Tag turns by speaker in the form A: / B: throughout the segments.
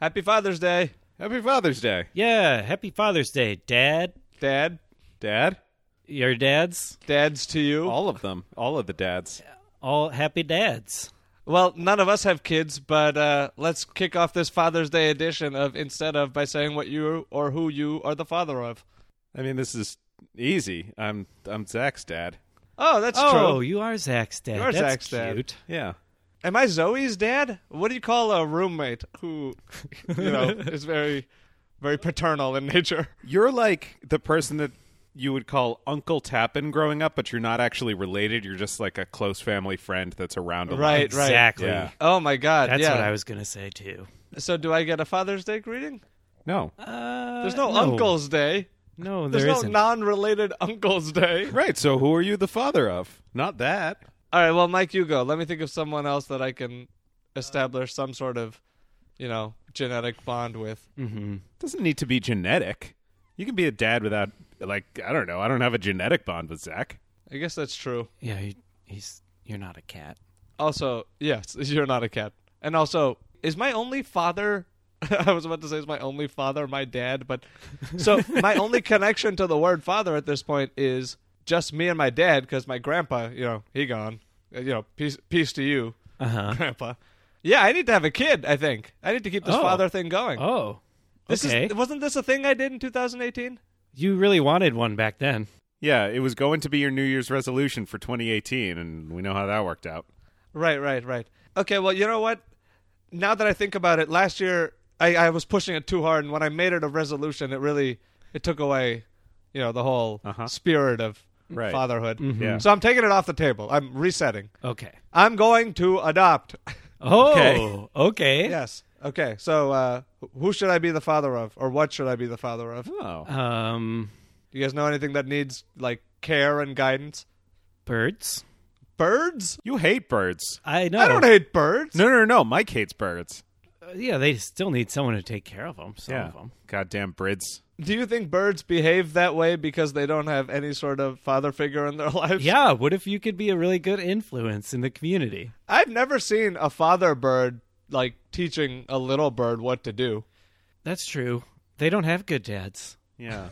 A: Happy Father's Day,
B: Happy Father's Day,
C: Yeah, happy Father's Day, Dad.
A: Dad.
B: Dad.
C: Your dads,
A: Dads to you.
B: All of them, all of the dads.
C: all happy dads.
A: Well, none of us have kids, but uh, let's kick off this Father's Day edition of Instead of by saying what you or who you are the father of.
B: I mean, this is easy. I'm I'm Zach's dad.
A: Oh, that's
C: oh,
A: true.
C: you are Zach's dad.
A: You are
C: That's
A: Zach's dad.
C: cute.
B: Yeah.
A: Am I Zoe's dad? What do you call a roommate who, you know, is very, very paternal in nature?
B: You're like the person that you would call Uncle Tappan growing up, but you're not actually related. You're just like a close family friend that's around a lot.
A: Right, right.
C: Exactly.
B: Yeah.
A: Oh my God!
C: That's
A: yeah.
C: what I was gonna say too.
A: So, do I get a Father's Day greeting?
B: No.
C: Uh,
A: There's no, Uncle's Day.
C: No,
A: There's
C: there
A: no
C: isn't.
A: non-related Uncle's Day.
B: Right. So who are you the father of? Not that.
A: All right. Well, Mike, you go. Let me think of someone else that I can establish some sort of, you know, genetic bond with.
B: Doesn't need to be genetic. You can be a dad without like I don't know. I don't have a genetic bond with Zach.
A: I guess that's true.
C: yeah, he, he's. You're not a cat.
A: Also, yes, you're not a cat. And also, is my only father? I was about to say is my only father my dad, but so my only connection to the word father at this point is just me and my dad because my grandpa, you know, he gone. Uh, You know, peace, peace to you,
C: Uh huh.
A: grandpa. Yeah, I need to have a kid. I think I need to keep this
C: Oh.
A: father thing going.
C: Oh,
A: This
C: okay.
A: is wasn't this a thing I did in 2018?
C: you really wanted one back then.
B: Yeah, it was going to be your New Year's resolution for 2018, and we know how that worked out.
A: Right, right, right. Okay, well, you know what? Now that I think about it, last year I, I was pushing it too hard, and when I made it a resolution, it really it took away, you know, the whole
B: Uh-huh.
A: spirit of
B: Right.
A: fatherhood.
B: Yeah.
A: So I'm taking it off the table. I'm resetting.
C: Okay.
A: I'm going to adopt.
C: Oh,
B: Okay.
C: okay.
A: yes. Okay. So uh, who should I be the father of, or what should I be the father of?
B: Oh.
C: Um,
A: You guys know anything that needs like care and guidance?
C: birds.
A: Birds?
B: You hate birds.
C: I know.
A: I don't hate birds.
B: No, no, no. Mike hates birds.
C: Uh, yeah, they still need someone to take care of them. Some of them.
B: Goddamn birds.
A: Do you think birds behave that way because they don't have any sort of father figure in their lives?
C: Yeah. What if you could be a really good influence in the community?
A: I've never seen a father bird like teaching a little bird what to do.
C: That's true. They don't have good dads.
B: Yeah.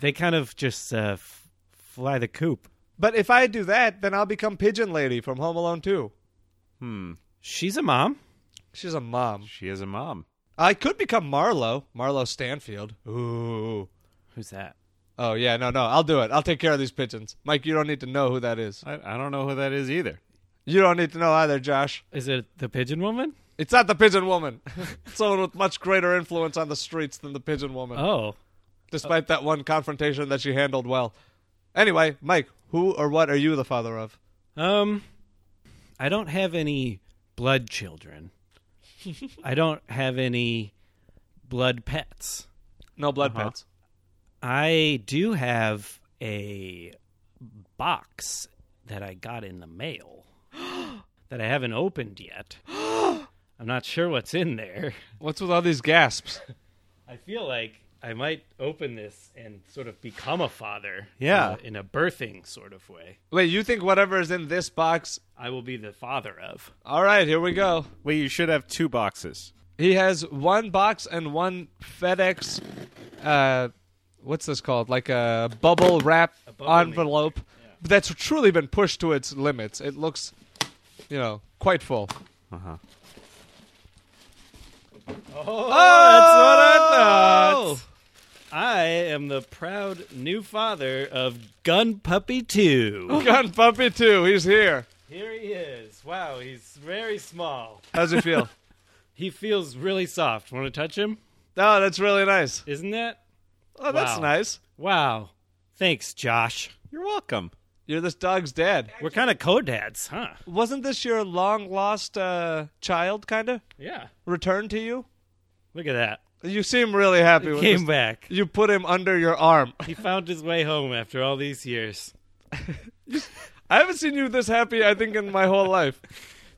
C: They kind of just uh, f- fly the coop.
A: But if I do that, then I'll become Pigeon Lady from Home Alone 2.
C: She's a mom.
A: She's a mom.
B: she is a mom.
A: I could become Marlo. Marlo Stanfield. Ooh.
C: Who's that?
A: Oh, yeah, no, no. I'll do it. I'll take care of these pigeons. Mike, you don't need to know who that is.
B: I, I don't know who that is either.
A: You don't need to know either, Josh.
C: Is it the pigeon woman?
A: It's not the pigeon woman. Someone with much greater influence on the streets than the pigeon woman.
C: Oh,
A: despite that one confrontation that she handled well. Anyway, Mike, who or what are you the father of?
C: um, I don't have any blood children. I don't have any blood pets.
A: No blood pets.
C: I do have a box that I got in the mail that I haven't opened yet. I'm not sure what's in there.
A: What's with all these gasps?
C: I feel like I might open this and sort of become a father.
B: Yeah.
C: In a, in a birthing sort of way.
A: Wait, you think whatever is in this box?
C: I will be the father of.
A: All right, here we go.
B: Wait, you should have two boxes.
A: He has one box and one FedEx. Uh, what's this called? Like a bubble wrap envelope that's truly been pushed to its limits. It looks, you know, quite full.
B: Uh-huh.
C: Oh!
A: Oh,
C: I am the proud new father of Gun Puppy
A: that's
C: 2.
A: what I thought. Gun Puppy 2, he's here.
C: Here he is. Wow, he's very small.
A: How's it feel?
C: He feels really soft. Want to touch him?
A: Oh, that's really nice.
C: Isn't that?
A: Oh, that's
C: Wow.
A: nice.
C: Wow. Thanks, Josh.
B: You're welcome.
A: You're this dog's dad.
C: We're kind of co-dads, huh?
A: Wasn't this your long lost uh, child, kind of
C: Yeah.
A: returned to you?
C: Look at that.
A: You seem really happy with
C: Came
A: this.
C: back.
A: You put him under your arm.
C: He found his way home after all these years.
A: I haven't seen you this happy, I think, in my whole life.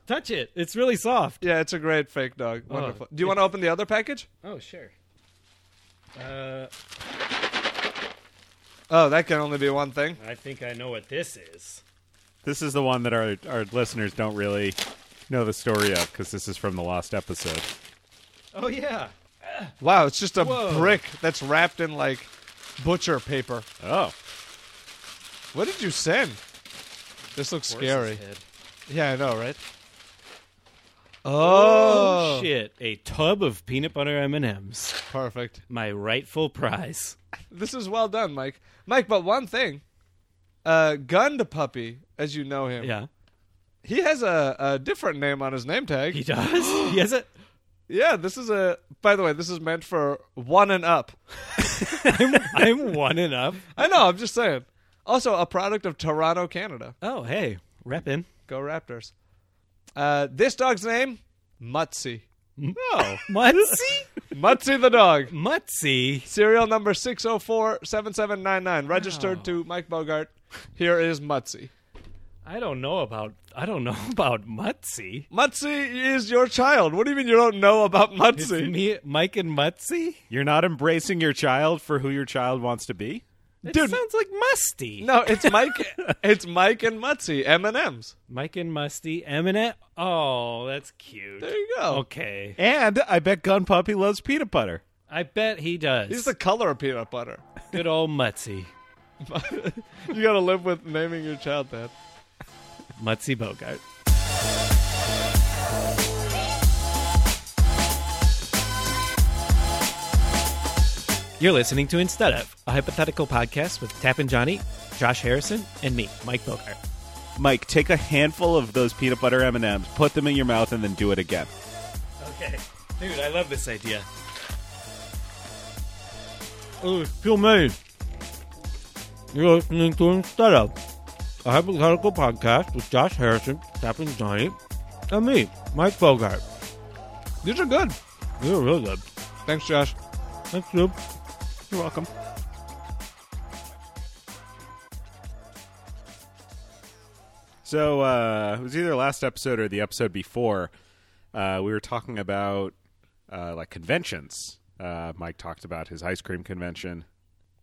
C: Touch it. It's really soft.
A: Yeah, it's a great fake dog. Wonderful. Do you want to open the other package?
C: Oh, sure. Uh,
A: Oh, that can only be one thing.
C: I think I know what this is.
B: This is the one that our, our listeners don't really know the story of because this is from the last episode.
C: Oh yeah.
A: Wow, it's just a
C: Whoa.
A: brick that's wrapped in like butcher paper.
B: Oh,
A: What did you send? This looks scary. Yeah, I know, right?
C: Oh, shit! A tub of peanut butter M and M's.
A: Perfect.
C: My rightful prize.
A: This is well done, Mike. Mike, but one thing. Uh, Gund Puppy, as you know him,
C: Yeah.
A: he has a, a different name on his name tag.
C: He does. he has it.
A: yeah, this is a. By the way, this is meant for one and up.
C: I'm, I'm one and up.
A: I know, I'm just saying. Also, a product of Toronto, Canada.
C: Oh hey, reppin.
A: Go Raptors. Uh, this dog's name, Mutsy. Oh,
C: No, Mutsy.
A: Mutsy the dog.
C: Mutsy.
A: Serial number 6047799, registered to Mike Bogart. Here is Mutsy.
C: I don't know about. I don't know about Mutsy.
A: Mutsy is your child. What do you mean you don't know about
C: It's
A: Mutsy?
C: me, Mike, and Mutsy.
B: you're not embracing your child for who your child wants to be.
C: It
A: Dude.
C: sounds like Musty.
A: No, it's Mike. it's Mike and Mutsy. M and M's.
C: Mike and Musty, Eminent. Oh, that's cute.
A: There you go.
C: Okay,
B: And I bet Gun Puppy loves peanut butter.
C: I bet he does.
A: He's the color of peanut butter.
C: good old Mutsy,
A: You gotta live with naming your child that.
C: Mutsy Bogart. You're listening to Instead of, a hypothetical podcast with Tap and Johnny, Josh Harrison, and me, Mike Bogart.
B: Mike, take a handful of those peanut butter M and M's, put them in your mouth, and then do it again.
C: Okay, dude, I love this idea. Oh, Phil May. You're listening to Instead of, a hypothetical podcast with Josh Harrison, Captain Johnny, and me, Mike Bogart.
A: These are good.
C: You're real good.
A: Thanks, Josh.
C: Thanks, dude.
B: You're welcome. So uh, it was either last episode or the episode before. Uh, we were talking about uh, like conventions. Uh, Mike talked about his ice cream convention.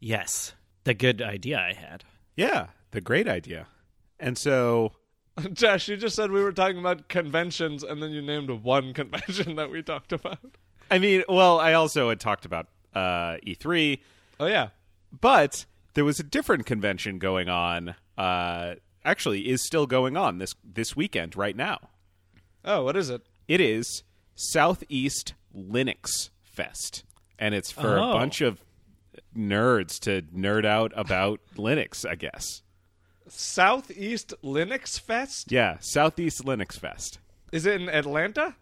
C: Yes, the good idea I had.
B: Yeah, the great idea. And so
A: Josh, you just said we were talking about conventions, and then you named one convention that we talked about.
B: I mean, well, I also had talked about uh, E3,
A: Oh yeah,
B: but there was a different convention going on. Uh, actually, is still going on this this weekend right now.
A: Oh, what is it?
B: It is Southeast Linux Fest, and it's for
C: Oh.
B: a bunch of nerds to nerd out about Linux, I guess.
A: Southeast Linux Fest?
B: Yeah, Southeast Linux Fest.
A: Is it in Atlanta?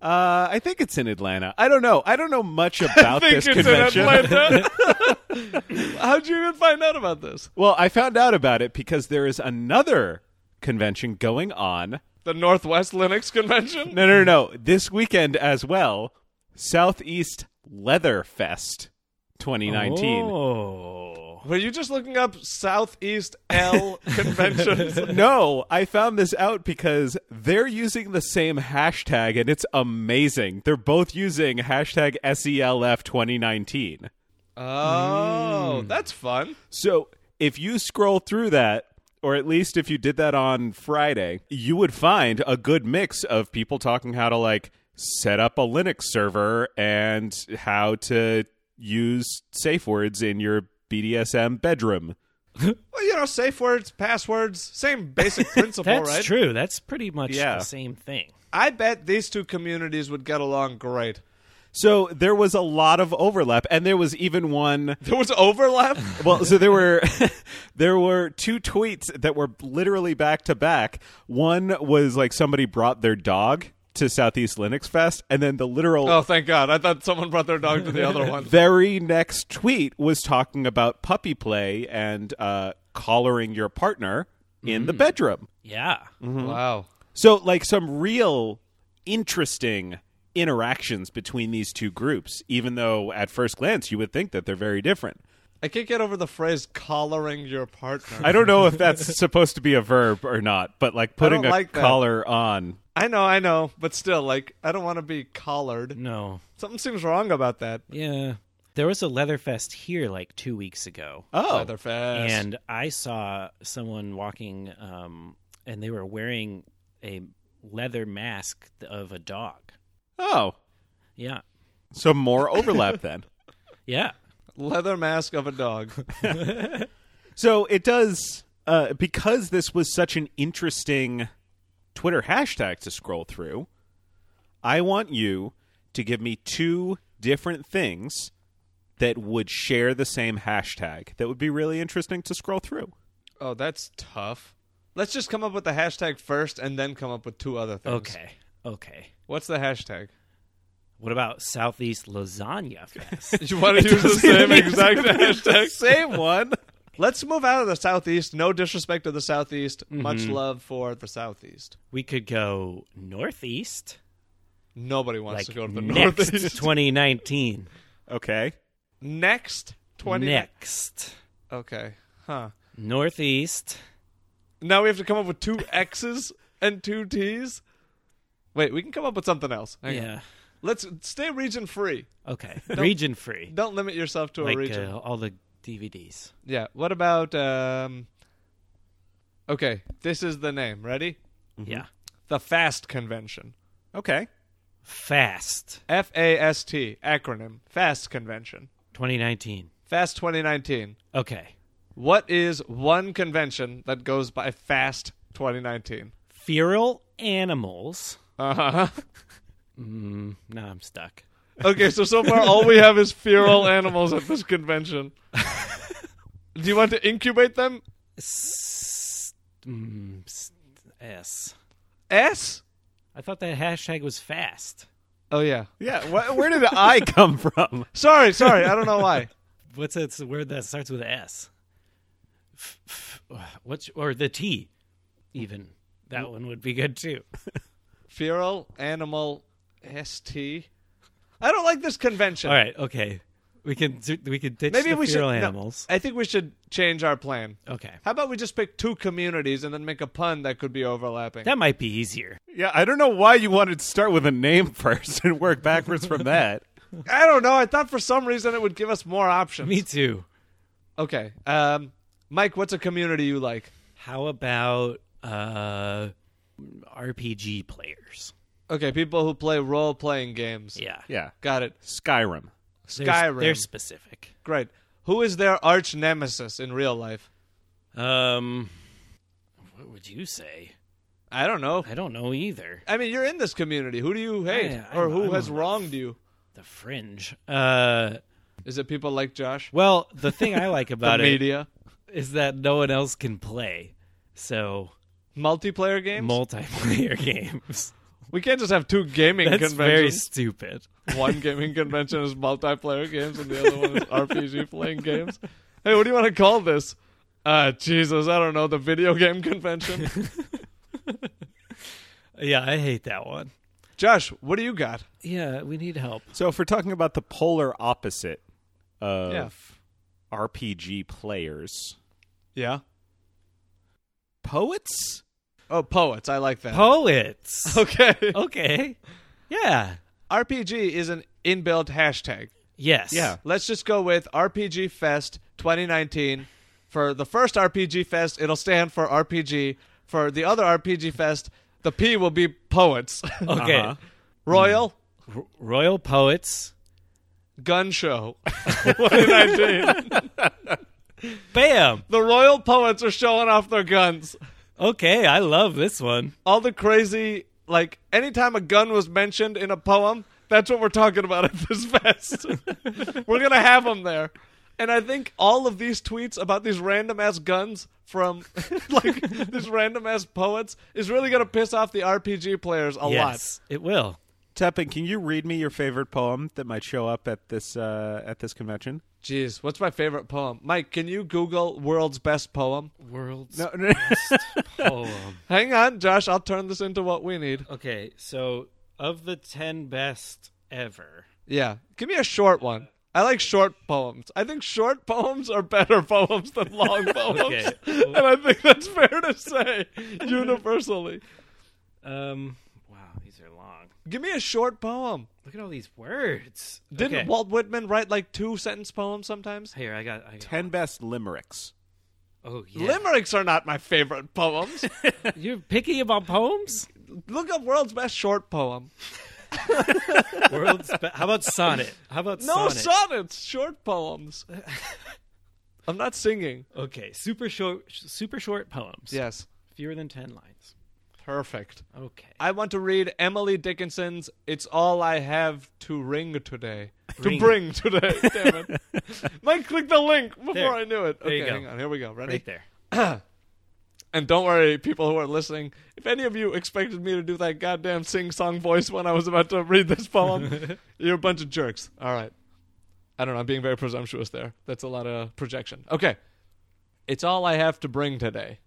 B: Uh, I think it's in Atlanta. I don't know. I don't know much about this convention.
A: Atlanta. How'd you even find out about this?
B: Well, I found out about it because there is another convention going on.
A: The Northwest Linux Convention?
B: No, no, no. no. This weekend as well, Southeast Leather Fest 2019.
C: Oh.
A: Were you just looking up Southeast L conventions?
B: No, I found this out because they're using the same hashtag and it's amazing. They're both using hashtag E SELF 2019.
A: Oh, that's fun.
B: So if you scroll through that, or at least if you did that on Friday, you would find a good mix of people talking how to like set up a Linux server and how to use safe words in your BDSM bedroom.
A: Well, you know, safe words, passwords, same basic principle,
C: That's
A: right?
C: true. That's pretty much
B: Yeah.
C: the same thing.
A: I bet these two communities would get along great.
B: So there was a lot of overlap, and there was even one
A: There was overlap?
B: well so there were there were two tweets that were literally back to back one was like somebody brought their dog to southeast linux fest and then the literal
A: oh, thank God. I thought someone brought their dog to the other one.
B: very next tweet was talking about puppy play and uh, collaring your partner in the bedroom
C: Yeah.
A: Wow.
B: so like some real interesting interactions between these two groups even though at first glance you would think that they're very different
A: I can't get over the phrase collaring your partner.
B: I don't know if that's supposed to be a verb or not, but like putting a
A: don't like that.
B: collar on.
A: I know, I know, but still, like, I don't want to be collared.
C: No.
A: Something seems wrong about that.
C: Yeah. There was a Leatherfest here like two weeks ago.
B: Oh,
A: Leatherfest.
C: and I saw someone walking, um, and they were wearing a leather mask of a dog.
B: oh,
C: Yeah,
B: So more overlap then.
C: Yeah.
A: Leather mask of a dog.
B: So it does uh, because this was such an interesting Twitter hashtag to scroll through. I want you to give me two different things that would share the same hashtag that would be really interesting to scroll through.
A: Oh, that's tough. Let's just come up with the hashtag first and then come up with two other things.
C: Okay. Okay.
A: What's the hashtag?
C: What about Southeast Lasagna Fest?
A: You want to use the same exact hashtag?
B: Same one.
A: Let's move out of the Southeast. No disrespect to the Southeast. Much love for the Southeast.
C: we could go Northeast,
A: Nobody wants
C: like
A: to go to the
C: next
A: Northeast.
C: 2019.
B: Okay.
A: next 20.
C: Next
A: Okay. Huh.
C: Northeast.
A: Now we have to come up with two X's and two T's. Wait, we can come up with something else. Hang on.
C: Yeah.
A: Let's stay region free.
C: Okay. Region free.
A: Don't limit yourself to a
C: Like
A: region.
C: uh, all the DVDs.
A: Yeah. What about um Okay, this is the name. Ready? Mm-hmm.
C: Yeah.
A: The FAST convention.
B: Okay.
C: Fast.
A: F A S T acronym. FAST convention.
C: 2019.
A: FAST 2019.
C: Okay.
A: What is one convention that goes by FAST 2019?
C: Feral animals.
A: Uh-huh.
C: Mm, no, I'm stuck.
A: Okay, so so far all we have is feral animals at this convention. Do you want to incubate them?
C: S. Mm, s- S.
A: S?
C: I thought that hashtag was fast.
A: Oh yeah.
B: Yeah. Wh- where did I come from?
A: Sorry, sorry. I don't know why.
C: What's that word that starts with S? F- f- What's or the T? Even
A: Mm.
C: that one would be good too.
A: Feral animal ST. I don't like this convention.
C: All right, okay, we can do- we can ditch
A: Maybe
C: the
A: we
C: feral
A: should no,
C: animals.
A: I think we should change our plan.
C: Okay,
A: How about we just pick two communities and then make a pun that could be overlapping?
C: that might be easier.
B: Yeah, I don't know why you wanted to start with a name first and work backwards from that.
A: I don't know. I thought for some reason it would give us more options.
C: Me too.
A: Okay. Um Mike, what's a community you like?
C: How about uh, RPG players?
A: Okay, people who play role playing games.
C: Yeah,
B: Yeah.
A: Got it.
B: Skyrim.
C: They're-
A: Skyrim.
C: They're specific.
A: Great. Who is their arch nemesis in real life?
C: Um, what would you say?
A: I don't know.
C: I don't know either.
A: I mean, you're in this community. Who do you hate,
C: I-
A: or
C: I'm-
A: who
C: I'm
A: has
C: on the
A: wronged you?
C: The fringe. Uh,
A: Is it people like Josh?
C: well, the thing I like
A: The
C: about it
A: media,
C: is that no one else can play. So
A: multiplayer games.
C: multiplayer games.
A: we can't just have two gaming
C: That's very
A: conventions.
C: stupid.
A: one gaming convention is multiplayer games, and the other one is RPG playing games. Hey, what do you want to call this? Uh, Jesus, I don't know. The video game convention.
C: Yeah, I hate that one.
A: Josh, what do you got?
C: Yeah, we need help.
B: So if we're talking about the polar opposite of
A: Yeah.
B: RPG players,
A: Yeah.
B: poets?
A: Oh, poets. I like that.
C: Poets.
A: okay.
C: Oh. Okay. Yeah.
A: RPG is an inbuilt hashtag.
C: Yes.
B: Yeah.
A: Let's just go with RPG Fest 2019. For the first RPG Fest, it'll stand for RPG. For the other RPG Fest, the P will be poets.
C: Okay.
B: Uh-huh.
A: Royal
C: R- Royal Poets.
A: Gun Show 2019.
C: Bam.
A: the Royal Poets are showing off their guns.
C: Okay, I love this one.
A: All the crazy, like, anytime a gun was mentioned in a poem, that's what we're talking about at this fest. we're going to have them there. And I think all of these tweets about these random ass guns from like these random ass poets is really going to piss off the RPG players a
C: yes, it will.
B: Teppin, can you read me your favorite poem that might show up at this uh, at this convention?
A: lot. Jeez, what's my favorite poem? Mike, can you Google world's best poem?
C: World's
B: No, no.
C: poem.
A: Hang on, Josh, I'll turn this into what we need.
C: um, Okay, so of the ten best ever,
A: Yeah, give me a short one. I like short poems. I think short poems are better poems than long poems.
C: Okay.
A: And I think that's fair to say universally.
C: um, wow, these are long.
A: Give me a short poem.
C: Look at all these words.
A: Didn't
C: Okay.
A: Walt Whitman write like two sentence poems sometimes?
C: Here, I got. I got
B: Ten best limericks.
C: Oh yeah.
A: Limericks are not my favorite poems.
C: You're picky about poems?
A: Look up world's best short poem.
C: World's be- How about sonnet? How about
A: No
C: sonnet?
A: sonnets, short poems. I'm not singing.
C: okay, super short, super short poems.
A: Yes.
C: fewer than ten lines.
A: Perfect.
C: Okay.
A: I want to read Emily Dickinson's It's All I Have to Ring Today.
C: Bring.
A: To bring today. Damn it. Mike clicked the link before
C: There.
A: I knew it.
C: There
A: okay,
C: you go.
A: hang on. Here we go. Ready?
C: Right there.
A: And don't worry, people who are listening, if any of you expected me to do that goddamn sing song voice when I was about to read this poem, you're a bunch of jerks. All right. I don't know. I'm being very presumptuous there. That's a lot of projection. Okay. It's all I have to bring today.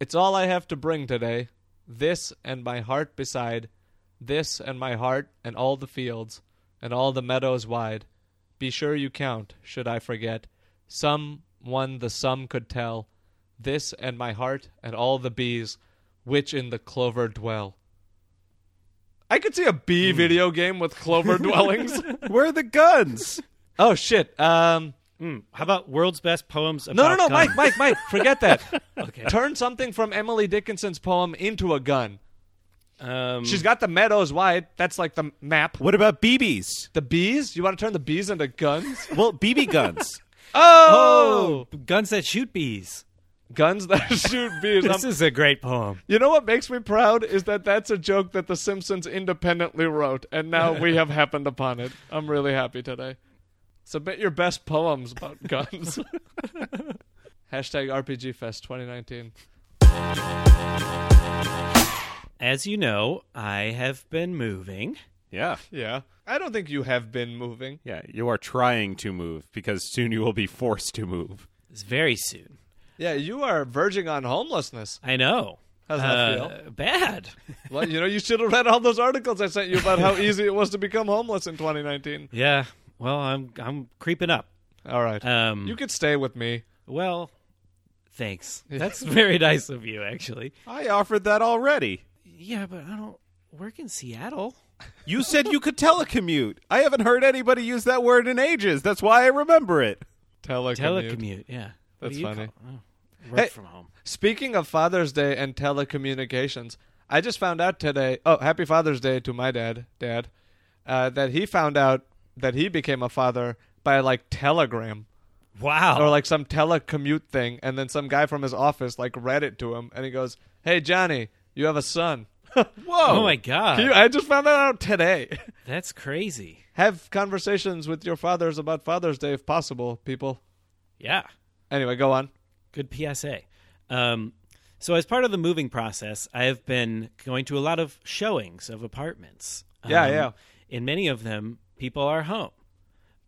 A: It's all I have to bring today. This and my heart beside. This and my heart and all the fields and all the meadows wide. Be sure you count, should I forget. Some one the sum could tell. This and my heart and all the bees which in the clover dwell. I could see a
C: Hmm.
A: bee video game with clover dwellings.
B: Where are the guns?
A: Oh shit. Um
C: Mm, How about world's best poems? About
A: no, no, no,
C: guns?
A: Mike, Mike, Mike, forget that.
C: Okay.
A: Turn something from Emily Dickinson's poem into a gun.
C: Um,
A: She's got the meadows wide. That's like the map.
B: What about BBs?
A: The bees? You want to turn the bees into guns?
B: Well, BB guns.
A: Oh,
C: oh, guns that shoot bees.
A: guns that shoot bees.
C: This
A: I'm-
C: is a great poem.
A: you know what makes me proud is that that's a joke that The Simpsons independently wrote, and now we have happened upon it. I'm really happy today. Submit your best poems about guns. Hashtag RPG Fest 2019.
C: As you know, I have been moving.
B: Yeah.
A: Yeah. I don't think you have been moving.
B: Yeah, you are trying to move because soon you will be forced to move.
C: It's very soon.
A: Yeah, you are verging on homelessness.
C: I know.
A: How's that
C: feel? Bad.
A: Well, you know, you should have read all those articles I sent you about how easy it was to become homeless in 2019.
C: yeah. Well, I'm I'm creeping up.
A: All right.
C: Um,
A: you could stay with me.
C: well, thanks. That's very nice of you, actually.
B: I offered that already.
C: Yeah, but I don't work in Seattle.
B: You said you could telecommute. I haven't heard anybody use that word in ages. That's why I remember it.
A: Telecommute.
C: Telecommute. Yeah. What
A: That's
C: do you
A: funny.
C: call- oh, work
A: Hey.
C: from home.
A: Speaking of Father's Day and telecommunications, I just found out today. Oh, happy Father's Day to my dad, Dad, uh, that he found out that he became a father by like telegram
C: Wow.
A: or like some telecommute thing, and then some guy from his office like read it to him, and he goes, "Hey Johnny, you have a son."
B: Whoa.
C: oh my god.
A: You- I just found that out today.
C: That's crazy.
A: Have conversations with your fathers about Father's Day if possible, people.
C: Yeah.
A: Anyway, go on.
C: Good PSA. Um, so, as part of the moving process, I have been going to a lot of showings of apartments.
A: Yeah,
C: Um,
A: yeah.
C: In many of them, people are home.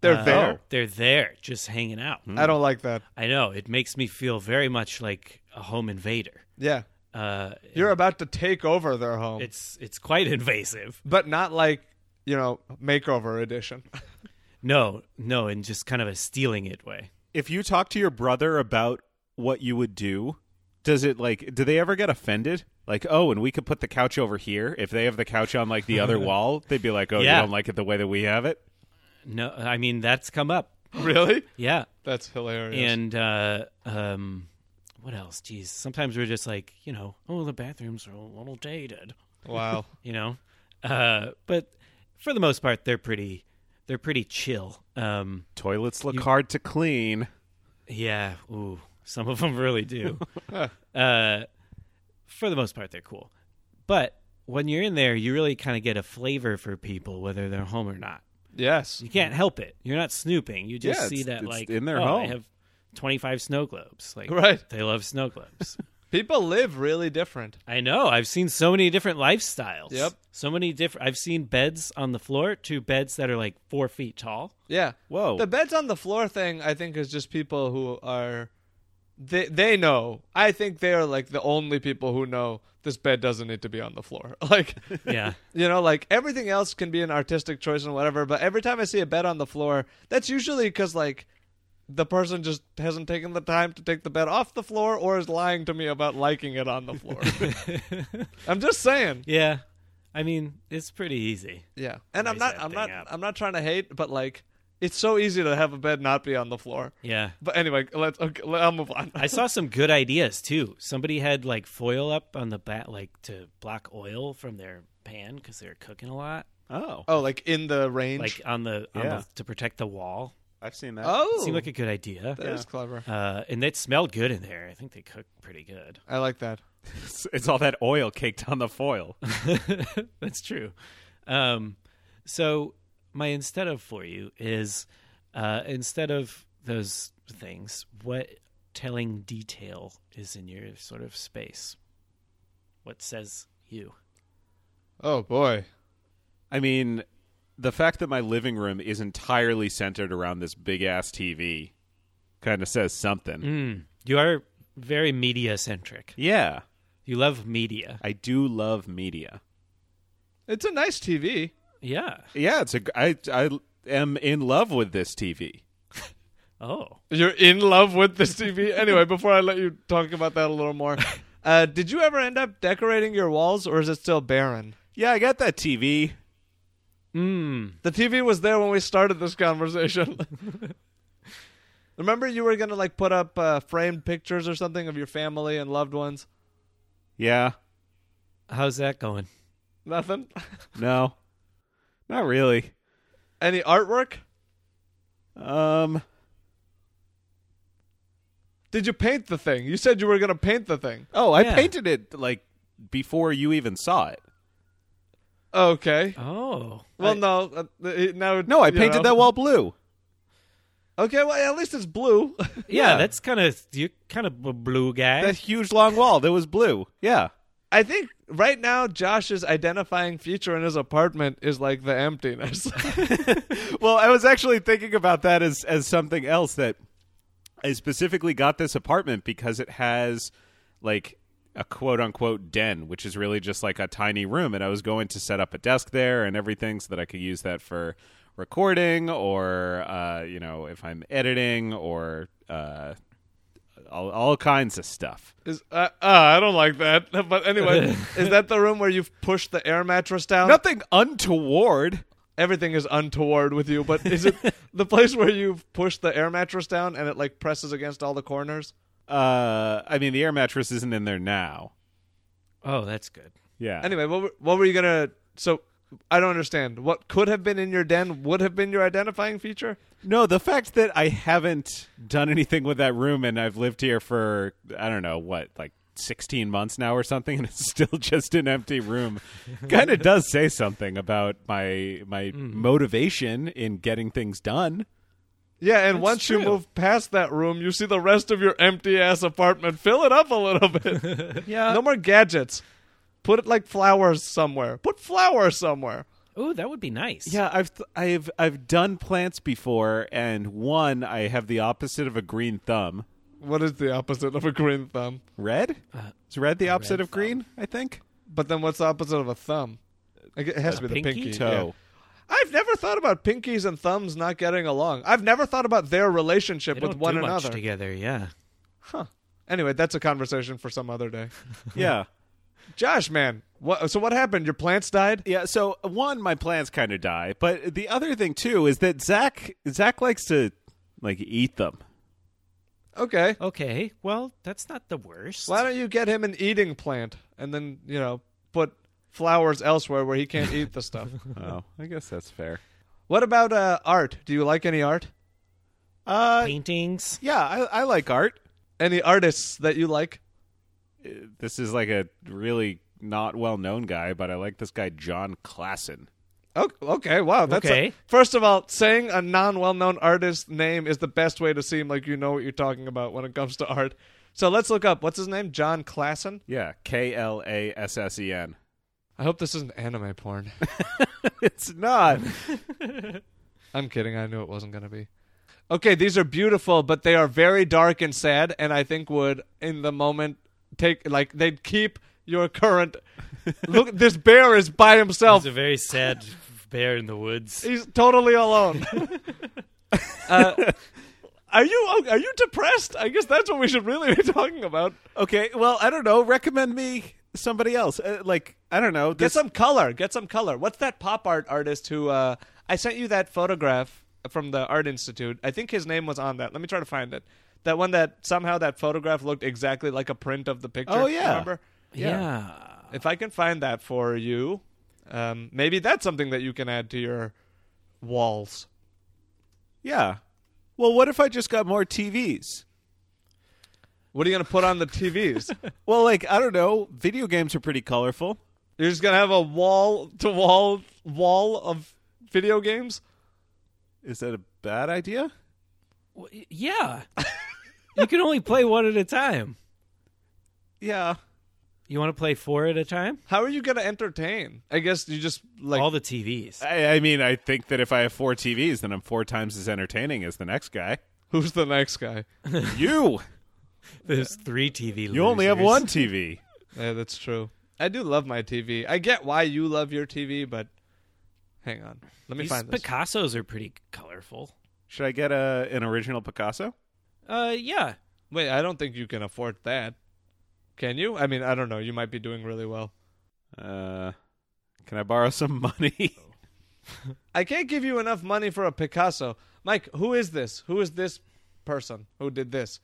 A: They're
C: Uh,
A: there.
B: oh.
C: They're there, just hanging out.
A: I don't like that.
C: I know. It makes me feel very much like a home invader.
A: Yeah.
C: Uh,
A: You're about to take over their home.
C: it's it's quite invasive.
A: but not like you know makeover edition.
C: No, no, in just kind of a stealing it way.
B: If you talk to your brother about what you would do, does it like do they ever get offended? Like, oh, and we could put the couch over here. If they have the couch on like the other wall, they'd be like, "Oh,
C: Yeah.
B: you don't like it the way that we have it."
C: No, I mean that's come up.
A: really?
C: Yeah.
A: That's hilarious.
C: and uh, um, what else? Geez, sometimes we're just like, you know, oh, the bathrooms are a little dated,
A: wow.
C: you know. Uh, but for the most part, they're pretty, they're pretty chill. Um,
B: Toilets look hard to clean.
C: yeah, ooh, some of them really do. uh, for the most part, they're cool. But when you're in there, you really kind of get a flavor for people whether they're home or not.
A: Yes.
C: You can't help it. You're not snooping. You just
B: Mm-hmm. Yeah,
C: see
B: it's-
C: that
B: it's
C: like
B: in their
C: oh, I
B: home.
C: have 25 snow globes. Like
A: Right.
C: they love snow globes.
A: People live really different.
C: I know. I've seen so many different lifestyles.
A: Yep.
C: So many different. I've seen beds on the floor, two beds that are like four feet tall.
A: Yeah.
B: Whoa.
A: The beds on the floor thing, I think, is just people who are. They they know. I think they are like the only people who know this bed doesn't need to be on the floor. Like,
C: Yeah.
A: you know, like everything else can be an artistic choice and whatever. But every time I see a bed on the floor, that's usually because like the person just hasn't taken the time to take the bed off the floor or is lying to me about liking it on the floor. I'm just saying.
C: yeah. I mean, it's pretty easy.
A: Yeah. And I'm
C: Raise
A: not
C: that
A: I'm
C: thing
A: not
C: up.
A: I'm not trying to hate, but like it's so easy to have a bed not be on the floor.
C: Yeah.
A: But anyway, let's okay, let- I'll move on.
C: I saw some good ideas too. Somebody had like foil up on the bat, like to block oil from their pan because they were cooking a lot,
B: Oh,
A: Oh, like in the range.
C: like on the, on
B: Yeah.
C: the to protect the wall.
B: I've seen that.
A: oh,
C: Seemed like a good idea.
A: that is clever.
C: Uh, and it smelled good in there. I think they cooked pretty good.
A: I like that.
B: It's, it's all that oil caked on the foil.
C: That's true. Um, so my instead of for you is uh, instead of those things, what telling detail is in your sort of space? What says you?
A: Oh boy.
B: I mean, the fact that my living room is entirely centered around this big ass TV kind of says something.
A: Mm.
C: Hmm. You are very media centric.
B: Yeah,
C: You love media.
B: I do love media.
A: It's a nice TV.
C: Yeah.
B: Yeah, it's a. g- I I am in love with this TV.
C: Oh.
A: You're in love with this TV. Anyway, before I let you talk about that a little more, uh, did you ever end up decorating your walls, or is it still barren?
B: Yeah, I got that TV.
C: Mm.
A: The TV was there when we started this conversation. Remember, you were gonna like put up uh, framed pictures or something of your family and loved ones.
B: Yeah,
C: How's that going?
A: Nothing.
B: no, not really.
A: Any artwork?
B: Um,
A: Did you paint the thing? You said you were gonna paint the thing.
B: oh, I
C: Yeah.
B: painted it like before you even saw it.
A: Okay.
C: Oh.
A: Well,
C: I-
A: no. Uh, it- now,
B: No, I
A: you
B: painted
A: know.
B: that wall blue.
A: Okay. Well, at least it's blue.
C: yeah,
B: yeah.
C: that's kind of you're kind of a blue guy.
B: That huge long wall that was blue. Yeah.
A: I think right now Josh's identifying feature in his apartment is like the emptiness.
B: Well, I was actually thinking about that as as something else that I specifically got this apartment because it has like a quote unquote den, which is really just like a tiny room, and I was going to set up a desk there and everything so that I could use that for recording or uh, you know if I'm editing or uh, all, all kinds of stuff.
A: is, uh, uh, I don't like that. But anyway, is that the room where you've pushed the air mattress down?
B: Nothing untoward.
A: Everything is untoward with you, but is it the place where you've pushed the air mattress down and it like presses against all the corners?
B: Uh, I mean, the air mattress isn't in there now.
C: oh, that's good.
B: Yeah.
A: Anyway, what were, what were you gonna? So I don't understand. What could have been in your den would have been your identifying feature.
B: No, the fact that I haven't done anything with that room and I've lived here for I don't know what, like 16 months now or something and it's still just an empty room kind of does say something about my my motivation in getting things done.
A: Yeah, and once you
B: true.
A: move past that room, you see the rest of your empty ass apartment. Fill it up a little bit.
B: Yeah.
A: no more gadgets. Put it like flowers somewhere. Put flowers somewhere.
C: Oh, that would be nice.
B: Yeah, I've th- I've I've done plants before and one I have the opposite of a green thumb.
A: What is the opposite of a green thumb?
B: Red? Is Uh, red the opposite
C: red
B: of green, I think?
A: But then what's the opposite of a thumb? I gue- It has to be the
C: pinky?
A: pinky.
B: Toe.
A: yeah. I've never thought about pinkies and thumbs not getting along. I've never thought about their relationship
C: They
A: with
C: don't
A: one
C: do much
A: another.
C: together. Yeah.
A: Anyway, that's a conversation for some other day.
B: yeah.
A: Josh, man, what, so what happened? Your plants died?
B: Yeah, so one, my plants kind of die, but the other thing too is that Zach Zach likes to like eat them.
A: Okay.
C: Okay. Well, that's not the worst.
A: Why don't you get him an eating plant and then, you know, put flowers elsewhere where he can't eat the stuff?
B: Oh, I guess that's fair.
A: What about uh, art? Do you like any art?
B: Uh,
C: Paintings.
B: yeah, I, I like art.
A: Any artists that you like?
B: Uh, This is like a really not well known guy, but I like this guy John Klassen.
A: Oh, okay, wow. That's a-
C: Okay.
A: first of all, saying a non well known artist name is the best way to seem like you know what you're talking about when it comes to art. So let's look up what's his name? John Klassen?
B: Yeah, K L A S S E N.
A: I hope this isn't anime porn.
B: It's not.
A: I'm kidding. I knew it wasn't going to be. Okay, these are beautiful, but they are very dark and sad, and I think would in the moment take like they'd keep your current. Look, this bear is by himself.
C: There's a very sad bear in the woods.
A: He's totally alone. uh, are you are you depressed? I guess that's what we should really be talking about.
B: okay, well, I don't know. Recommend me somebody else. Uh, like I don't know.
A: Get
B: This,
A: some color. Get some color. What's that pop art artist who uh, I sent you that photograph from the Art Institute? I think his name was on that. Let me try to find it. That one that somehow that photograph looked exactly like a print of the picture.
B: Oh, yeah.
A: remember?
C: Yeah.
B: Yeah.
A: If I can find that for you, Um, maybe that's something that you can add to your walls.
B: Yeah. Well, what if I just got more TVs?
A: What are you going to put on the TVs?
B: Well, like I don't know. Video games are pretty colorful.
A: You're just going to have a wall to wall wall of video games?
B: Is that a bad idea?
C: Well, y- yeah. you can only play one at a time.
B: Yeah.
C: You want to play four at a time?
A: How are you going to entertain? I guess you just like
C: All the TVs.
B: I, I mean, I think that if I have four TVs, then I'm four times as entertaining as the next guy.
A: who's the next guy?
B: you.
C: There's three TV.
B: You only have
C: losers.
B: one TV.
A: Yeah, that's true. I do love my TV. I get why you love your TV, but hang on. Let me
C: These
A: find this.
C: Picassos are pretty colorful.
B: Should I get a an original Picasso?
C: Uh, yeah.
A: Wait, I don't think you can afford that. Can you? I mean, I don't know. You might be doing really well.
B: Uh, can I borrow some money?
A: I can't give you enough money for a Picasso. Mike, who is this? Who is this person who did this?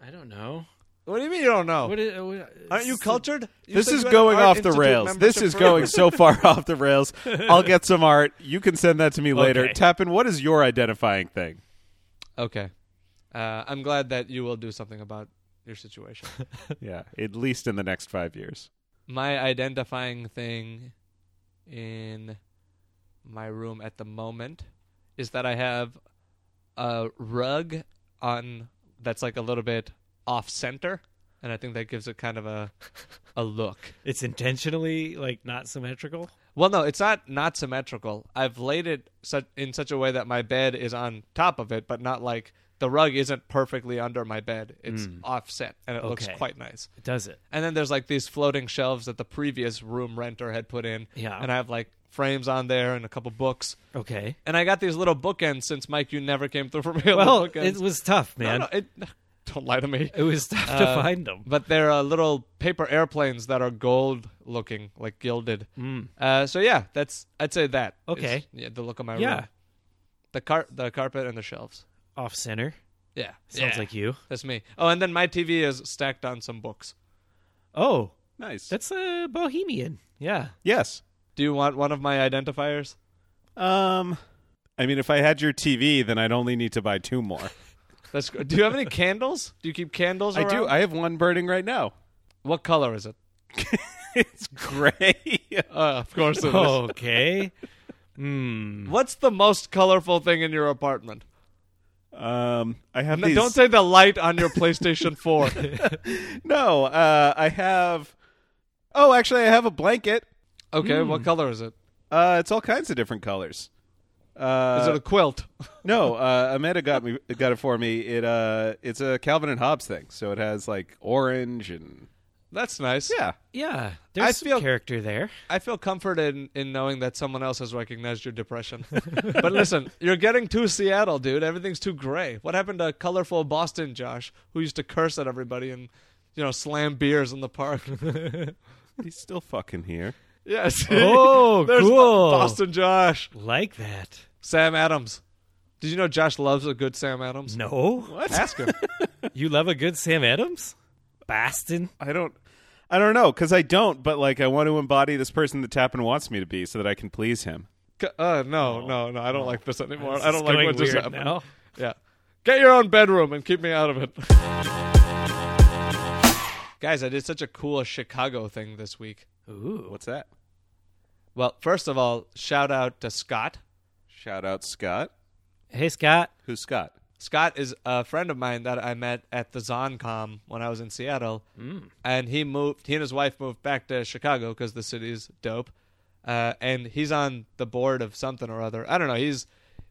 C: I don't know.
A: What do you mean you don't know?
C: What is, uh, what,
A: Oh. Aren't you cultured? You
B: this
A: said
B: is
A: you had an
B: going
A: art
B: off the
A: institute
B: rails. This
A: membership
B: is
A: forever.
B: going so far off the rails. I'll get some art. You can send that to me later.
C: Okay.
B: Tappan, what is your identifying thing?
A: Okay. Uh, I'm glad that you will do something about your situation.
B: Yeah, at least in the next five years.
A: my identifying thing in my room at the moment is that I have a rug on that's like a little bit off center, and I think that gives it kind of a a look.
C: It's intentionally like not symmetrical.
A: Well, no, it's not not symmetrical. I've laid it such, in such a way that my bed is on top of it, but not like the rug isn't perfectly under my bed. It's offset, and it looks
C: Okay.
A: quite nice.
C: Does it?
A: And then there's like these floating shelves that the previous room renter had put in.
C: Yeah.
A: And I have like frames on there and a couple books.
C: Okay.
A: And I got these little bookends since Mike, you never came through for me. on the
C: Well,
A: bookends.
C: it was tough, man.
A: No, no, it, don't lie to me.
C: It was tough to
A: Uh,
C: find them.
A: But there are little paper airplanes that are gold looking, like gilded. Uh, so yeah, that's I'd say that. is,
C: Hmm. Okay.
A: yeah, the look of my
C: Yeah.
A: room. The car, the carpet, and the shelves.
C: Off center.
A: Yeah,
C: Sounds
A: Yeah.
C: like you.
A: that's me. Oh, and then my TV is stacked on some books.
C: Oh,
B: Nice.
C: that's a bohemian. Yeah.
B: yes.
A: Do you want one of my identifiers?
B: Um, I mean, if I had your TV, then I'd only need to buy two more.
A: That's. gr- Do you have any candles? Do you keep candles?
B: I do.
A: around?
B: I have one burning right now.
A: What color is it?
B: It's gray.
A: Uh, of course it is.
C: Okay. Hmm.
A: What's the most colorful thing in your apartment?
B: um, I have
A: No,
B: these.
A: Don't say the light on your PlayStation 4.
B: No, uh, I have. Oh, actually, I have a blanket.
A: Okay, what color is it?
B: Uh, it's all kinds of different colors. Uh,
A: Is it a quilt?
B: no, uh, Amanda got me got it for me. It uh, it's a Calvin and Hobbes thing, so it has like orange and
A: That's nice.
B: yeah,
C: Yeah. There's some
A: feel-
C: character there.
A: I feel comforted in, in knowing that someone else has recognized your depression. but listen, you're getting too Seattle, dude. Everything's too gray. What happened to colorful Boston Josh, who used to curse at everybody and, you know, slam beers in the park?
B: he's still fucking here.
A: yes.
C: Oh,
A: There's
C: cool.
A: Boston Josh.
C: Like that.
A: Sam Adams. Did you know Josh loves a good Sam Adams?
C: No. What?
A: Ask him.
C: You love a good Sam Adams? Bastin?
B: I don't, I don't know, because I don't. But like, I want to embody this person that Tappan wants me to be, so that I can please him.
A: C- uh, no, no, no. I don't like this anymore.
C: This
A: I
C: is
A: don't like
C: going
A: what just
C: weird
A: happened.
C: now.
A: Yeah. Get your own bedroom and keep me out of it. Guys, I did such a cool Chicago thing this week.
C: Ooh.
B: What's that?
A: Well, first of all, shout out to Scott.
B: Shout out Scott.
C: Hey, Scott.
B: Who's Scott?
A: Scott is a friend of mine that I met at the ZonCom when I was in Seattle, and he moved. He and his wife moved back to Chicago because the city's dope. Uh, and he's on the board of something or other. I don't know. He's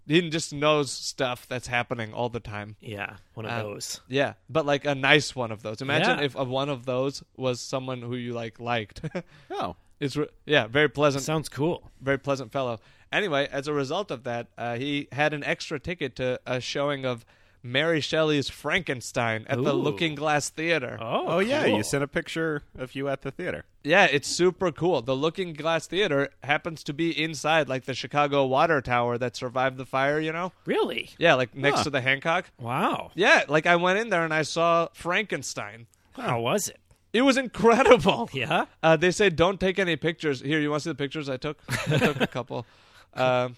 A: he just knows stuff that's happening all the time.
C: Yeah, one of
A: Um,
C: those.
A: Yeah, but like a nice one of those. Imagine
C: Yeah.
A: if a one of those was someone who you like liked.
B: Oh,
A: it's re- yeah, very pleasant,
C: Sounds cool.
A: very pleasant fellow. Anyway, as a result of that, uh, he had an extra ticket to a showing of Mary Shelley's Frankenstein at the
C: Ooh.
A: Looking Glass Theater.
C: Oh,
B: oh yeah.
C: cool.
B: You sent a picture of you at the theater.
A: Yeah, it's super cool. The Looking Glass Theater happens to be inside like the Chicago water tower that survived the fire, you know?
C: Really?
A: Yeah, like next to the Hancock.
C: Wow.
A: Yeah, like I went in there and I saw Frankenstein.
C: How was it?
A: It was incredible.
C: Yeah.
A: Uh, they say don't take any pictures. Here, you want to see the pictures I took? I took a couple. Um,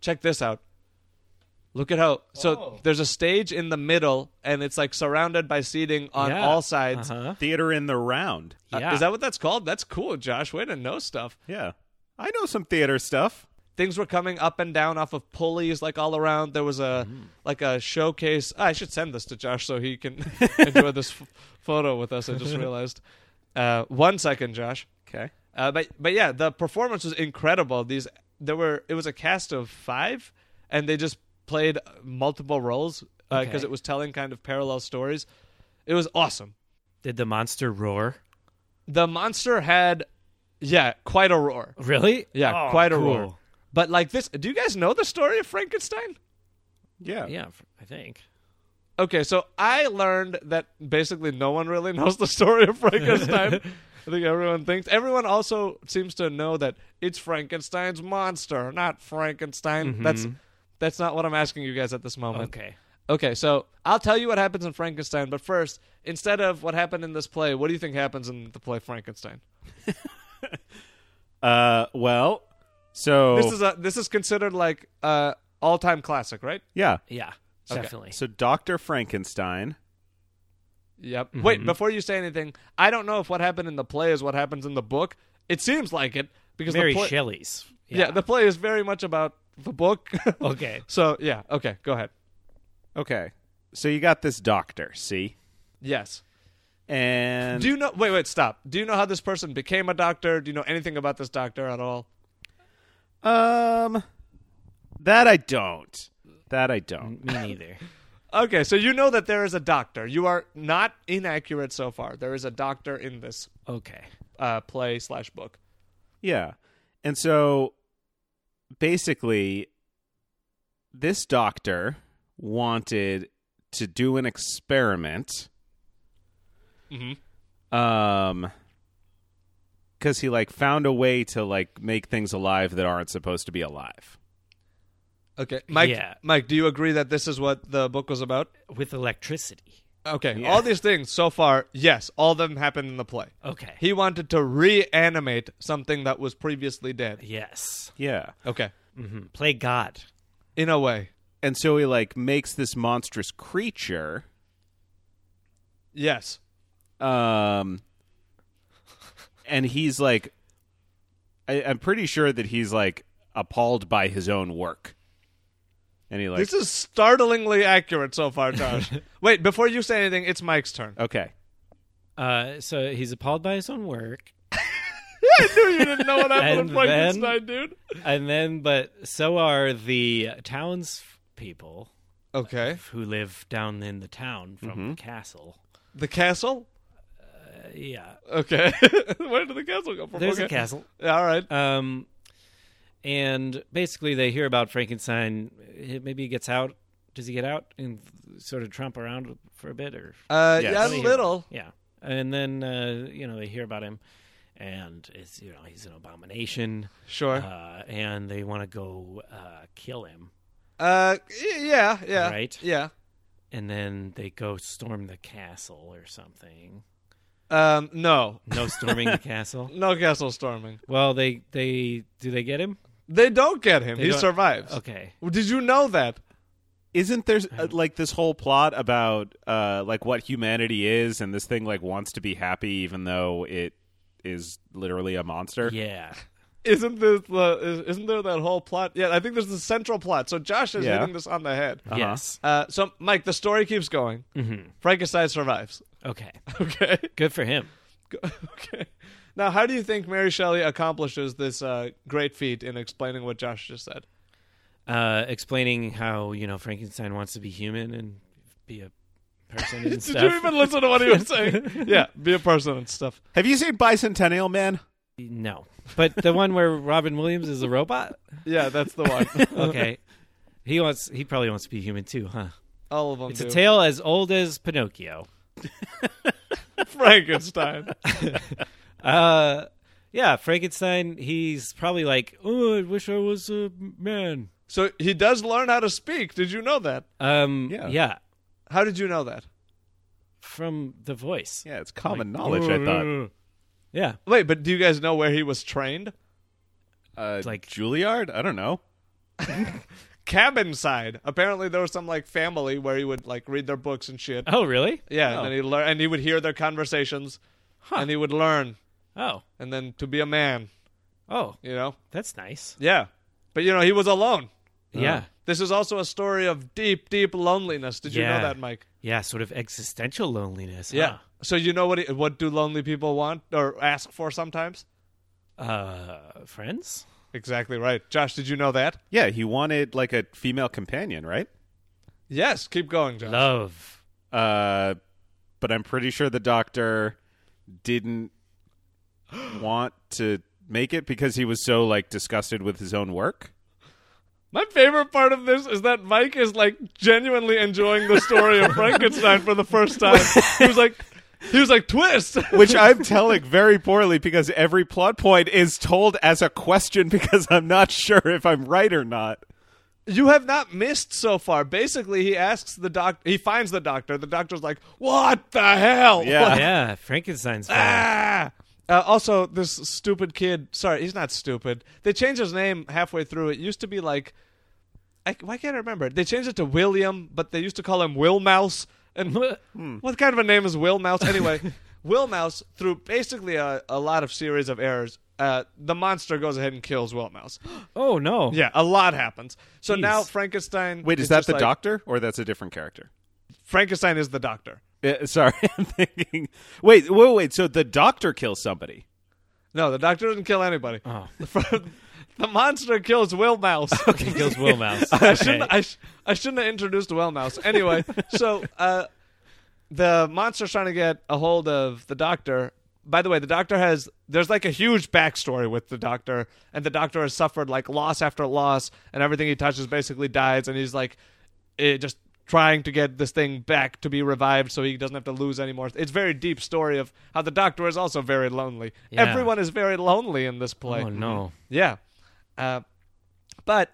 A: check this out. Look at how. So
C: Oh.
A: there's a stage in the middle, and it's like surrounded by seating on
C: Yeah.
A: all sides.
C: Uh-huh.
B: Theater in the round.
A: Uh,
C: Yeah.
A: is that what that's called? That's cool, Josh. Way to know stuff.
B: Yeah. I know some theater stuff.
A: Things were coming up and down off of pulleys, like all around. There was a
C: Mm.
A: like a showcase. Ah, I should send this to Josh so he can enjoy this f- photo with us. I just realized. Uh, one second, Josh.
B: Okay.
A: Uh, but but yeah, the performance was incredible. These there were it was a cast of five, and they just played multiple roles because
C: Okay.
A: it was telling kind of parallel stories. It was awesome.
C: Did the monster roar?
A: The monster had, yeah, quite a roar.
C: Really?
A: Yeah,
C: Oh,
A: quite a
C: cool.
A: roar. But like this, do you guys know the story of Frankenstein?
B: Yeah.
C: Yeah, f- I think.
A: Okay, so I learned that basically no one really knows the story of Frankenstein. I think everyone thinks. Everyone also seems to know that it's Frankenstein's monster, not Frankenstein. That's that's not what I'm asking you guys at this moment.
C: Okay.
A: Okay, so I'll tell you what happens in Frankenstein, but first, instead of what happened in this play, what do you think happens in the play Frankenstein?
B: Uh, well, so
A: This is a this is considered like uh all-time classic, right?
B: yeah.
C: Yeah,
A: Okay.
C: definitely.
B: So Doctor Frankenstein.
A: Yep. Mm-hmm. Wait, before you say anything, I don't know if what happened in the play is what happens in the book. It seems like it because
C: Mary
A: the play,
C: Shelley's.
A: yeah. Oh. the play is very much about the book.
C: okay.
A: so yeah, okay, go ahead.
B: Okay. So you got this doctor, see,
A: Yes.
B: and
A: Do you know? Wait, wait, stop. Do you know how this person became a doctor? Do you know anything about this doctor at all?
B: um, that I don't. That I don't.
C: Me neither.
A: Okay, so you know that there is a doctor. You are not inaccurate so far. There is a doctor in this
C: Okay.
A: uh, play slash book.
B: Yeah. And so basically, this doctor wanted to do an experiment.
A: Mhm.
B: Um, because he like found a way to like make things alive that aren't supposed to be alive.
A: Okay, Mike.
C: Yeah.
A: Mike, do you agree that this is what the book was about?
C: With electricity.
A: Okay, all these things so far, yes, all of them happened in the play.
C: Okay.
A: He wanted to reanimate something that was previously dead.
C: yes.
B: Yeah.
A: Okay.
C: hmm Play God.
A: In a way.
B: And so he like makes this monstrous creature.
A: Yes.
B: Um, and he's like, I, I'm pretty sure that he's like appalled by his own work. And he like,
A: this is startlingly accurate so far, Josh. Wait, before you say anything, it's Mike's turn.
B: okay,
C: Uh, so he's appalled by his own work,
A: I knew you didn't know what happened
C: And
A: in
C: then-
A: Frankenstein, dude.
C: and then, but so are the townspeople
A: Okay.
C: who live down in the town from
A: Mm-hmm.
C: the castle.
A: The castle?
C: Uh, yeah,
A: Okay. Where did the castle go from?
C: there's a
A: Oh, Okay.
C: castle.
A: Yeah, all right.
C: Um, and basically, they hear about Frankenstein. It- Maybe he gets out. Does he get out and sort of tromp around for a bit, or
A: Uh,
B: Yes.
A: Yeah,
B: Let me
A: a
B: hear.
A: little.
C: Yeah, and then uh, you know they hear about him, and it's you know he's an abomination,
A: Sure. Uh,
C: uh, and they want to go uh, kill him,
A: Uh, y- yeah, yeah.
C: Right.
A: Yeah.
C: and then they go storm the castle or something.
A: Um, no.
C: No storming the castle.
A: No castle storming.
C: Well, they they do they get him?
A: They don't get him.
C: They
A: he
C: don't-
A: survives.
C: Okay.
A: Did you know that?
B: isn't there uh, like this whole plot about uh like what humanity is and this thing like wants to be happy even though it is literally a monster?
C: Yeah.
A: Isn't this the? is- Isn't there that whole plot? Yeah, I think there's the central plot. So Josh is
B: Yeah.
A: hitting this on the head.
C: Yes.
A: Uh, so Mike, the story keeps going.
C: hmm
A: Frankenstein survives.
C: Okay.
A: Okay.
C: Good for him.
A: Go- okay. Now, how do you think Mary Shelley accomplishes this uh, great feat in explaining what Josh just said?
C: Uh, explaining how you know Frankenstein wants to be human and be a person and
A: Did
C: stuff.
A: you even listen to what he was saying? yeah, be a person and stuff.
B: Have you seen Bicentennial Man?
C: No, but the one where Robin Williams is a robot.
A: Yeah, that's the one.
C: Okay, he wants. He probably wants to be human too, huh?
A: All of them.
C: It's a
A: do.
C: tale as old as Pinocchio.
A: Frankenstein.
C: Uh, yeah, Frankenstein. He's probably like, oh, I wish I was a man.
A: so he does learn how to speak. Did you know that?
C: Um,
B: Yeah.
C: yeah.
A: How did you know that?
C: from The Voice.
B: Yeah, it's common knowledge. I thought.
C: Yeah,
A: Wait, but do you guys know where he was trained?
B: Uh,
C: like-
B: like Juilliard? I don't know.
A: Cabin side. Apparently, there was some like family where he would like read their books and shit.
C: Oh, really?
A: Yeah,
B: Oh.
A: and then he learn, and he would hear their conversations, and he would learn,
C: Oh,
A: and then to be a man,
C: oh,
A: you know.
C: that's nice.
A: Yeah, but you know he was alone.
C: Yeah,
A: This is also a story of deep, deep loneliness. Did you
C: Yeah.
A: know that, Mike?
C: yeah, sort of existential loneliness.
A: Yeah. So you know what? He, what do lonely people want or ask for sometimes?
C: huh? Uh, friends.
A: Exactly right, Josh. Did you know that?
B: Yeah, he wanted like a female companion, right?
A: Yes. Keep going, Josh.
C: Love.
B: Uh, but I'm pretty sure the doctor didn't want to make it because he was so like disgusted with his own work.
A: My favorite part of this is that Mike is like genuinely enjoying the story of Frankenstein for the first time. He was like, he was like, twist.
B: Which I'm telling very poorly because every plot point is told as a question because I'm not sure if I'm right or not.
A: You have not missed so far. Basically, he asks the doc. He finds the doctor. The doctor's like, "What the hell?"
B: Yeah.
C: yeah, Frankenstein's. vibe.
A: Ah! Uh, also, this stupid kid. Sorry, he's not stupid. They changed his name halfway through. It used to be like, I, why can't I remember? They changed it to William, but they used to call him Will Mouse. And
C: Hmm.
A: what kind of a name is Will Mouse anyway? Will Mouse, through basically a, a lot of series of errors, uh, the monster goes ahead and kills Will Mouse.
C: Oh no.
A: Yeah, a lot happens. So
C: Jeez.
A: now Frankenstein.
B: Wait, is
A: is
B: that
A: just
B: the
A: like-
B: doctor or that's a different character?
A: Frankenstein is the doctor.
B: Uh, sorry, I'm thinking. Wait, wait, wait. So the doctor kills somebody.
A: No, the doctor doesn't kill anybody.
C: Oh.
A: The, the monster kills Will Mouse.
C: He kills Will Mouse.
A: I
C: Okay.
A: shouldn't. I, sh- I shouldn't have introduced Well Mouse. Anyway, so uh, the monster's trying to get a hold of the doctor. By the way, the doctor has there's like a huge backstory with the doctor, and the doctor has suffered like loss after loss, and everything he touches basically dies, and he's like, eh, just trying to get this thing back to be revived so he doesn't have to lose anymore. It's very deep story of how the doctor is also very lonely.
C: Yeah.
A: Everyone is very lonely in this play.
C: oh no.
A: Yeah. Uh, but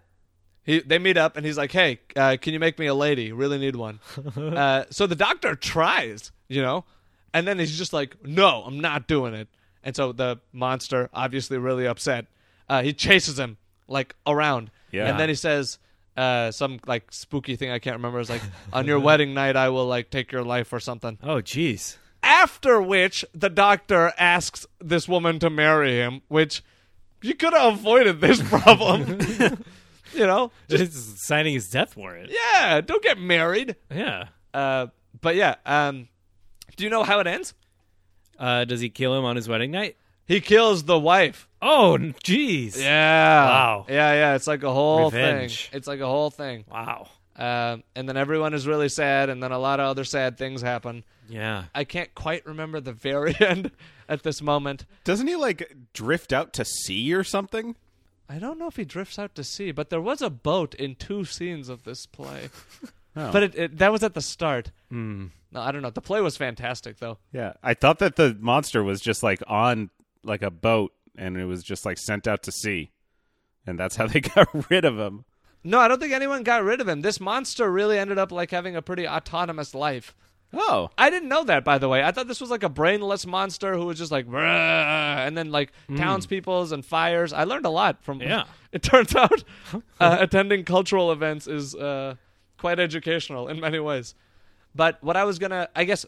A: he, they meet up, and he's like, "Hey, uh, can you make me a lady? Really need one." uh, so the doctor tries, you know, and then he's just like, "No, I'm not doing it." And so the monster, obviously really upset, uh, he chases him like around,
B: Yeah.
A: and then he says. Uh, some like spooky thing I can't remember is like on your wedding night I will like take your life or something.
C: Oh jeez.
A: After which, the doctor asks this woman to marry him, which you could have avoided this problem. you know? Just,
C: This is signing his death warrant.
A: yeah, don't get married.
C: Yeah.
A: Uh, but yeah, um, do you know how it ends?
C: Uh, does he kill him on his wedding night?
A: He kills the wife.
C: Oh jeez.
A: Yeah.
C: Wow.
A: Yeah, yeah. It's like a whole
C: Revenge.
A: thing. It's like a whole thing.
C: Wow.
A: Um, and then everyone is really sad, and then a lot of other sad things happen.
C: Yeah.
A: I can't quite remember the very end at this moment.
B: Doesn't he like drift out to sea or something?
A: I don't know if he drifts out to sea, but there was a boat in two scenes of this play. But it, it, that was at the start. No, I don't know. The play was fantastic, though.
B: Yeah, I thought that the monster was just like on like a boat and it was just like sent out to sea, and that's how they got rid of him.
A: No, I don't think anyone got rid of him. This monster really ended up like having a pretty autonomous life.
B: Oh,
A: I didn't know that, by the way. I thought this was like a brainless monster who was just like, "Bruh," and then like townspeople's and fires. I learned a lot from.
C: Hmm. Yeah.
A: It turns out uh, attending cultural events is uh, quite educational in many ways. But what I was gonna, I guess,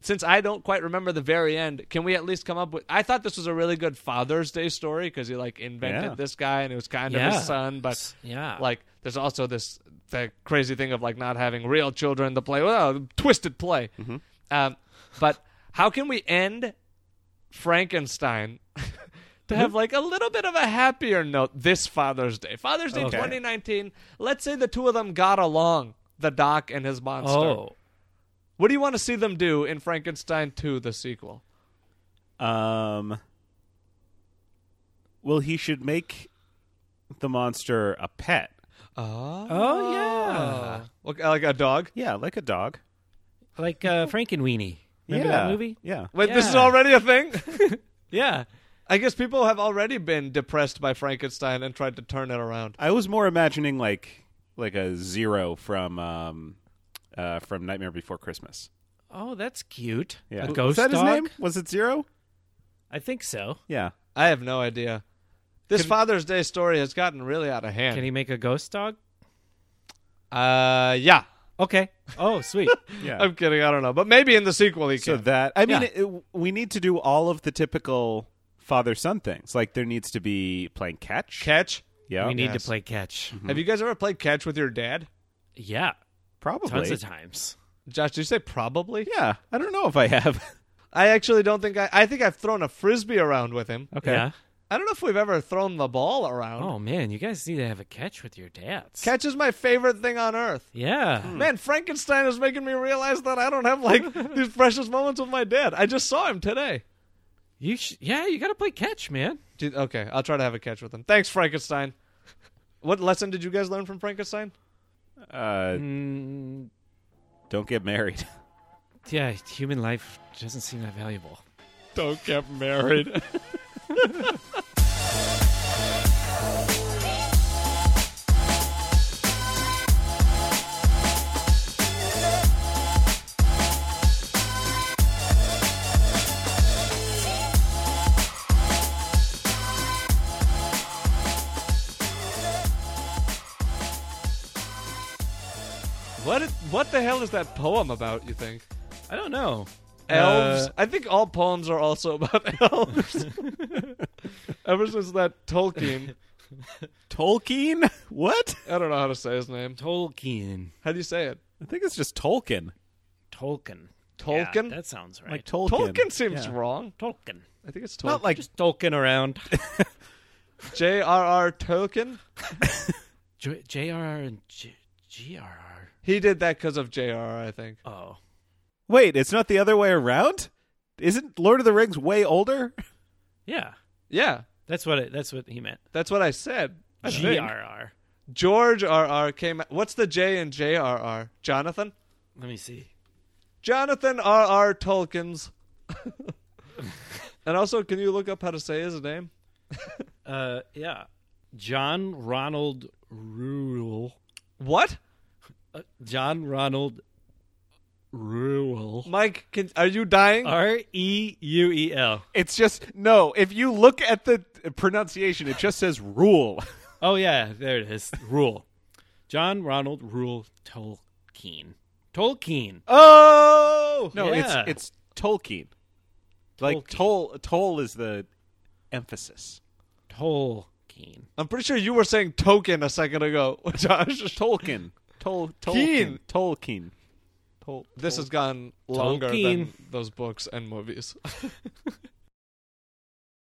A: since I don't quite remember the very end, can we at least come up with? I thought this was a really good Father's Day story because he like invented
B: Yeah.
A: this guy and it was kind of
C: Yeah.
A: his son, but
C: Yeah.
A: like there's also this the crazy thing of like not having real children to play well twisted play um, but how can we end frankenstein to have like a little bit of a happier note this father's day father's day
B: Okay.
A: 2019 let's say the two of them got along the doc and his monster
C: oh.
A: what do you want to see them do in frankenstein 2 the sequel
B: um, well, he should make the monster a pet.
A: oh
C: Oh yeah.
A: like, like a dog
B: Yeah, like a dog.
C: Like uh, Frankenweenie. Remember
B: yeah,
C: that movie?
B: Yeah,
A: wait this is
C: Yeah.
A: already a thing
C: Yeah.
A: I guess people have already been depressed by Frankenstein and tried to turn it around.
B: I was more imagining like like a zero from um uh from Nightmare Before Christmas.
C: Oh, that's cute.
B: Yeah.
C: A
B: Was
C: ghost
B: that
C: dog?
B: his name? Was it Zero?
C: I think so.
B: Yeah.
A: I have no idea. This Father's Day story has gotten really out of hand.
C: Can he make a ghost dog?
A: uh, yeah.
C: Okay. Oh, sweet.
B: Yeah.
A: I'm kidding. I don't know, but maybe in the sequel he
B: So
A: can.
B: that I mean,
C: Yeah.
B: it, we need to do all of the typical father son things. Like there needs to be playing catch.
A: catch.
B: yeah,
C: we need
A: yes.
C: to play catch.
A: Have you guys ever played catch with your dad?
C: Yeah,
B: probably.
C: tons of times.
A: Josh, did you say probably?
B: Yeah, I don't know if I have.
A: I actually don't think I. I think I've thrown a frisbee around with him.
B: okay.
C: Yeah.
A: I don't know if we've ever thrown the ball around.
C: Oh man, you guys need to have a catch with your dads.
A: Catch is my favorite thing on earth.
C: Yeah.
B: Hmm.
A: Man, Frankenstein is making me realize that I don't have like these precious moments with my dad. I just saw him today.
C: You sh- yeah, you got to play catch, man.
A: Dude, Okay, I'll try to have a catch with him. Thanks, Frankenstein. What lesson did you guys learn from Frankenstein?
B: Uh,
C: Mm,
B: don't get married.
C: yeah, human life doesn't seem that valuable.
A: Don't get married. What, what the hell is that poem about, you think?
C: I don't know.
A: elves.
C: Uh,
A: I think all poems are also about elves. Ever since that Tolkien,
B: Tolkien? What?
A: I don't know how to say his name.
C: Tolkien.
A: How do you say it?
B: I think it's just Tolkien.
C: Tolkien.
A: Tolkien.
C: Yeah, that sounds right.
B: Like Tolkien.
A: Tolkien seems
B: Yeah.
A: wrong.
C: Tolkien.
A: I think it's Tolkien.
B: Not like
C: Just Tolkien around.
A: J.R.R. Tolkien.
C: J- JRR and J- GRR.
A: He did that because of J.R.R. I think.
C: Oh.
B: wait. It's not the other way around. Isn't Lord of the Rings way older?
C: Yeah.
A: Yeah,
C: That's what it, that's what he meant.
A: that's what I said. I think.
C: GRR.
A: George R.R. came. What's the J in J.R.R.? Jonathan.
C: Let me see.
A: Jonathan R.R. Tolkien's. and also, can you look up how to say his name?
C: Uh yeah. John Ronald Rule.
A: What?
C: Uh, John Ronald Rule.
A: Mike, can, are you dying?
C: R E U E L.
B: It's just no. If you look at the pronunciation, it just says rule.
C: Oh yeah, there it is. Rule. John Ronald Rule Tolkien. Tolkien.
A: Oh
B: No,
C: Yeah.
B: it's it's Tolkien. Like
C: Tolkien.
B: toll toll is the emphasis.
C: Tolkien.
A: I'm pretty sure you were saying token a second ago, Josh.
B: Tolkien. Tol
A: Keen.
B: Tolkien. Tolkien. Tol-
A: This has gone longer
C: Tolkien.
A: than those books and movies.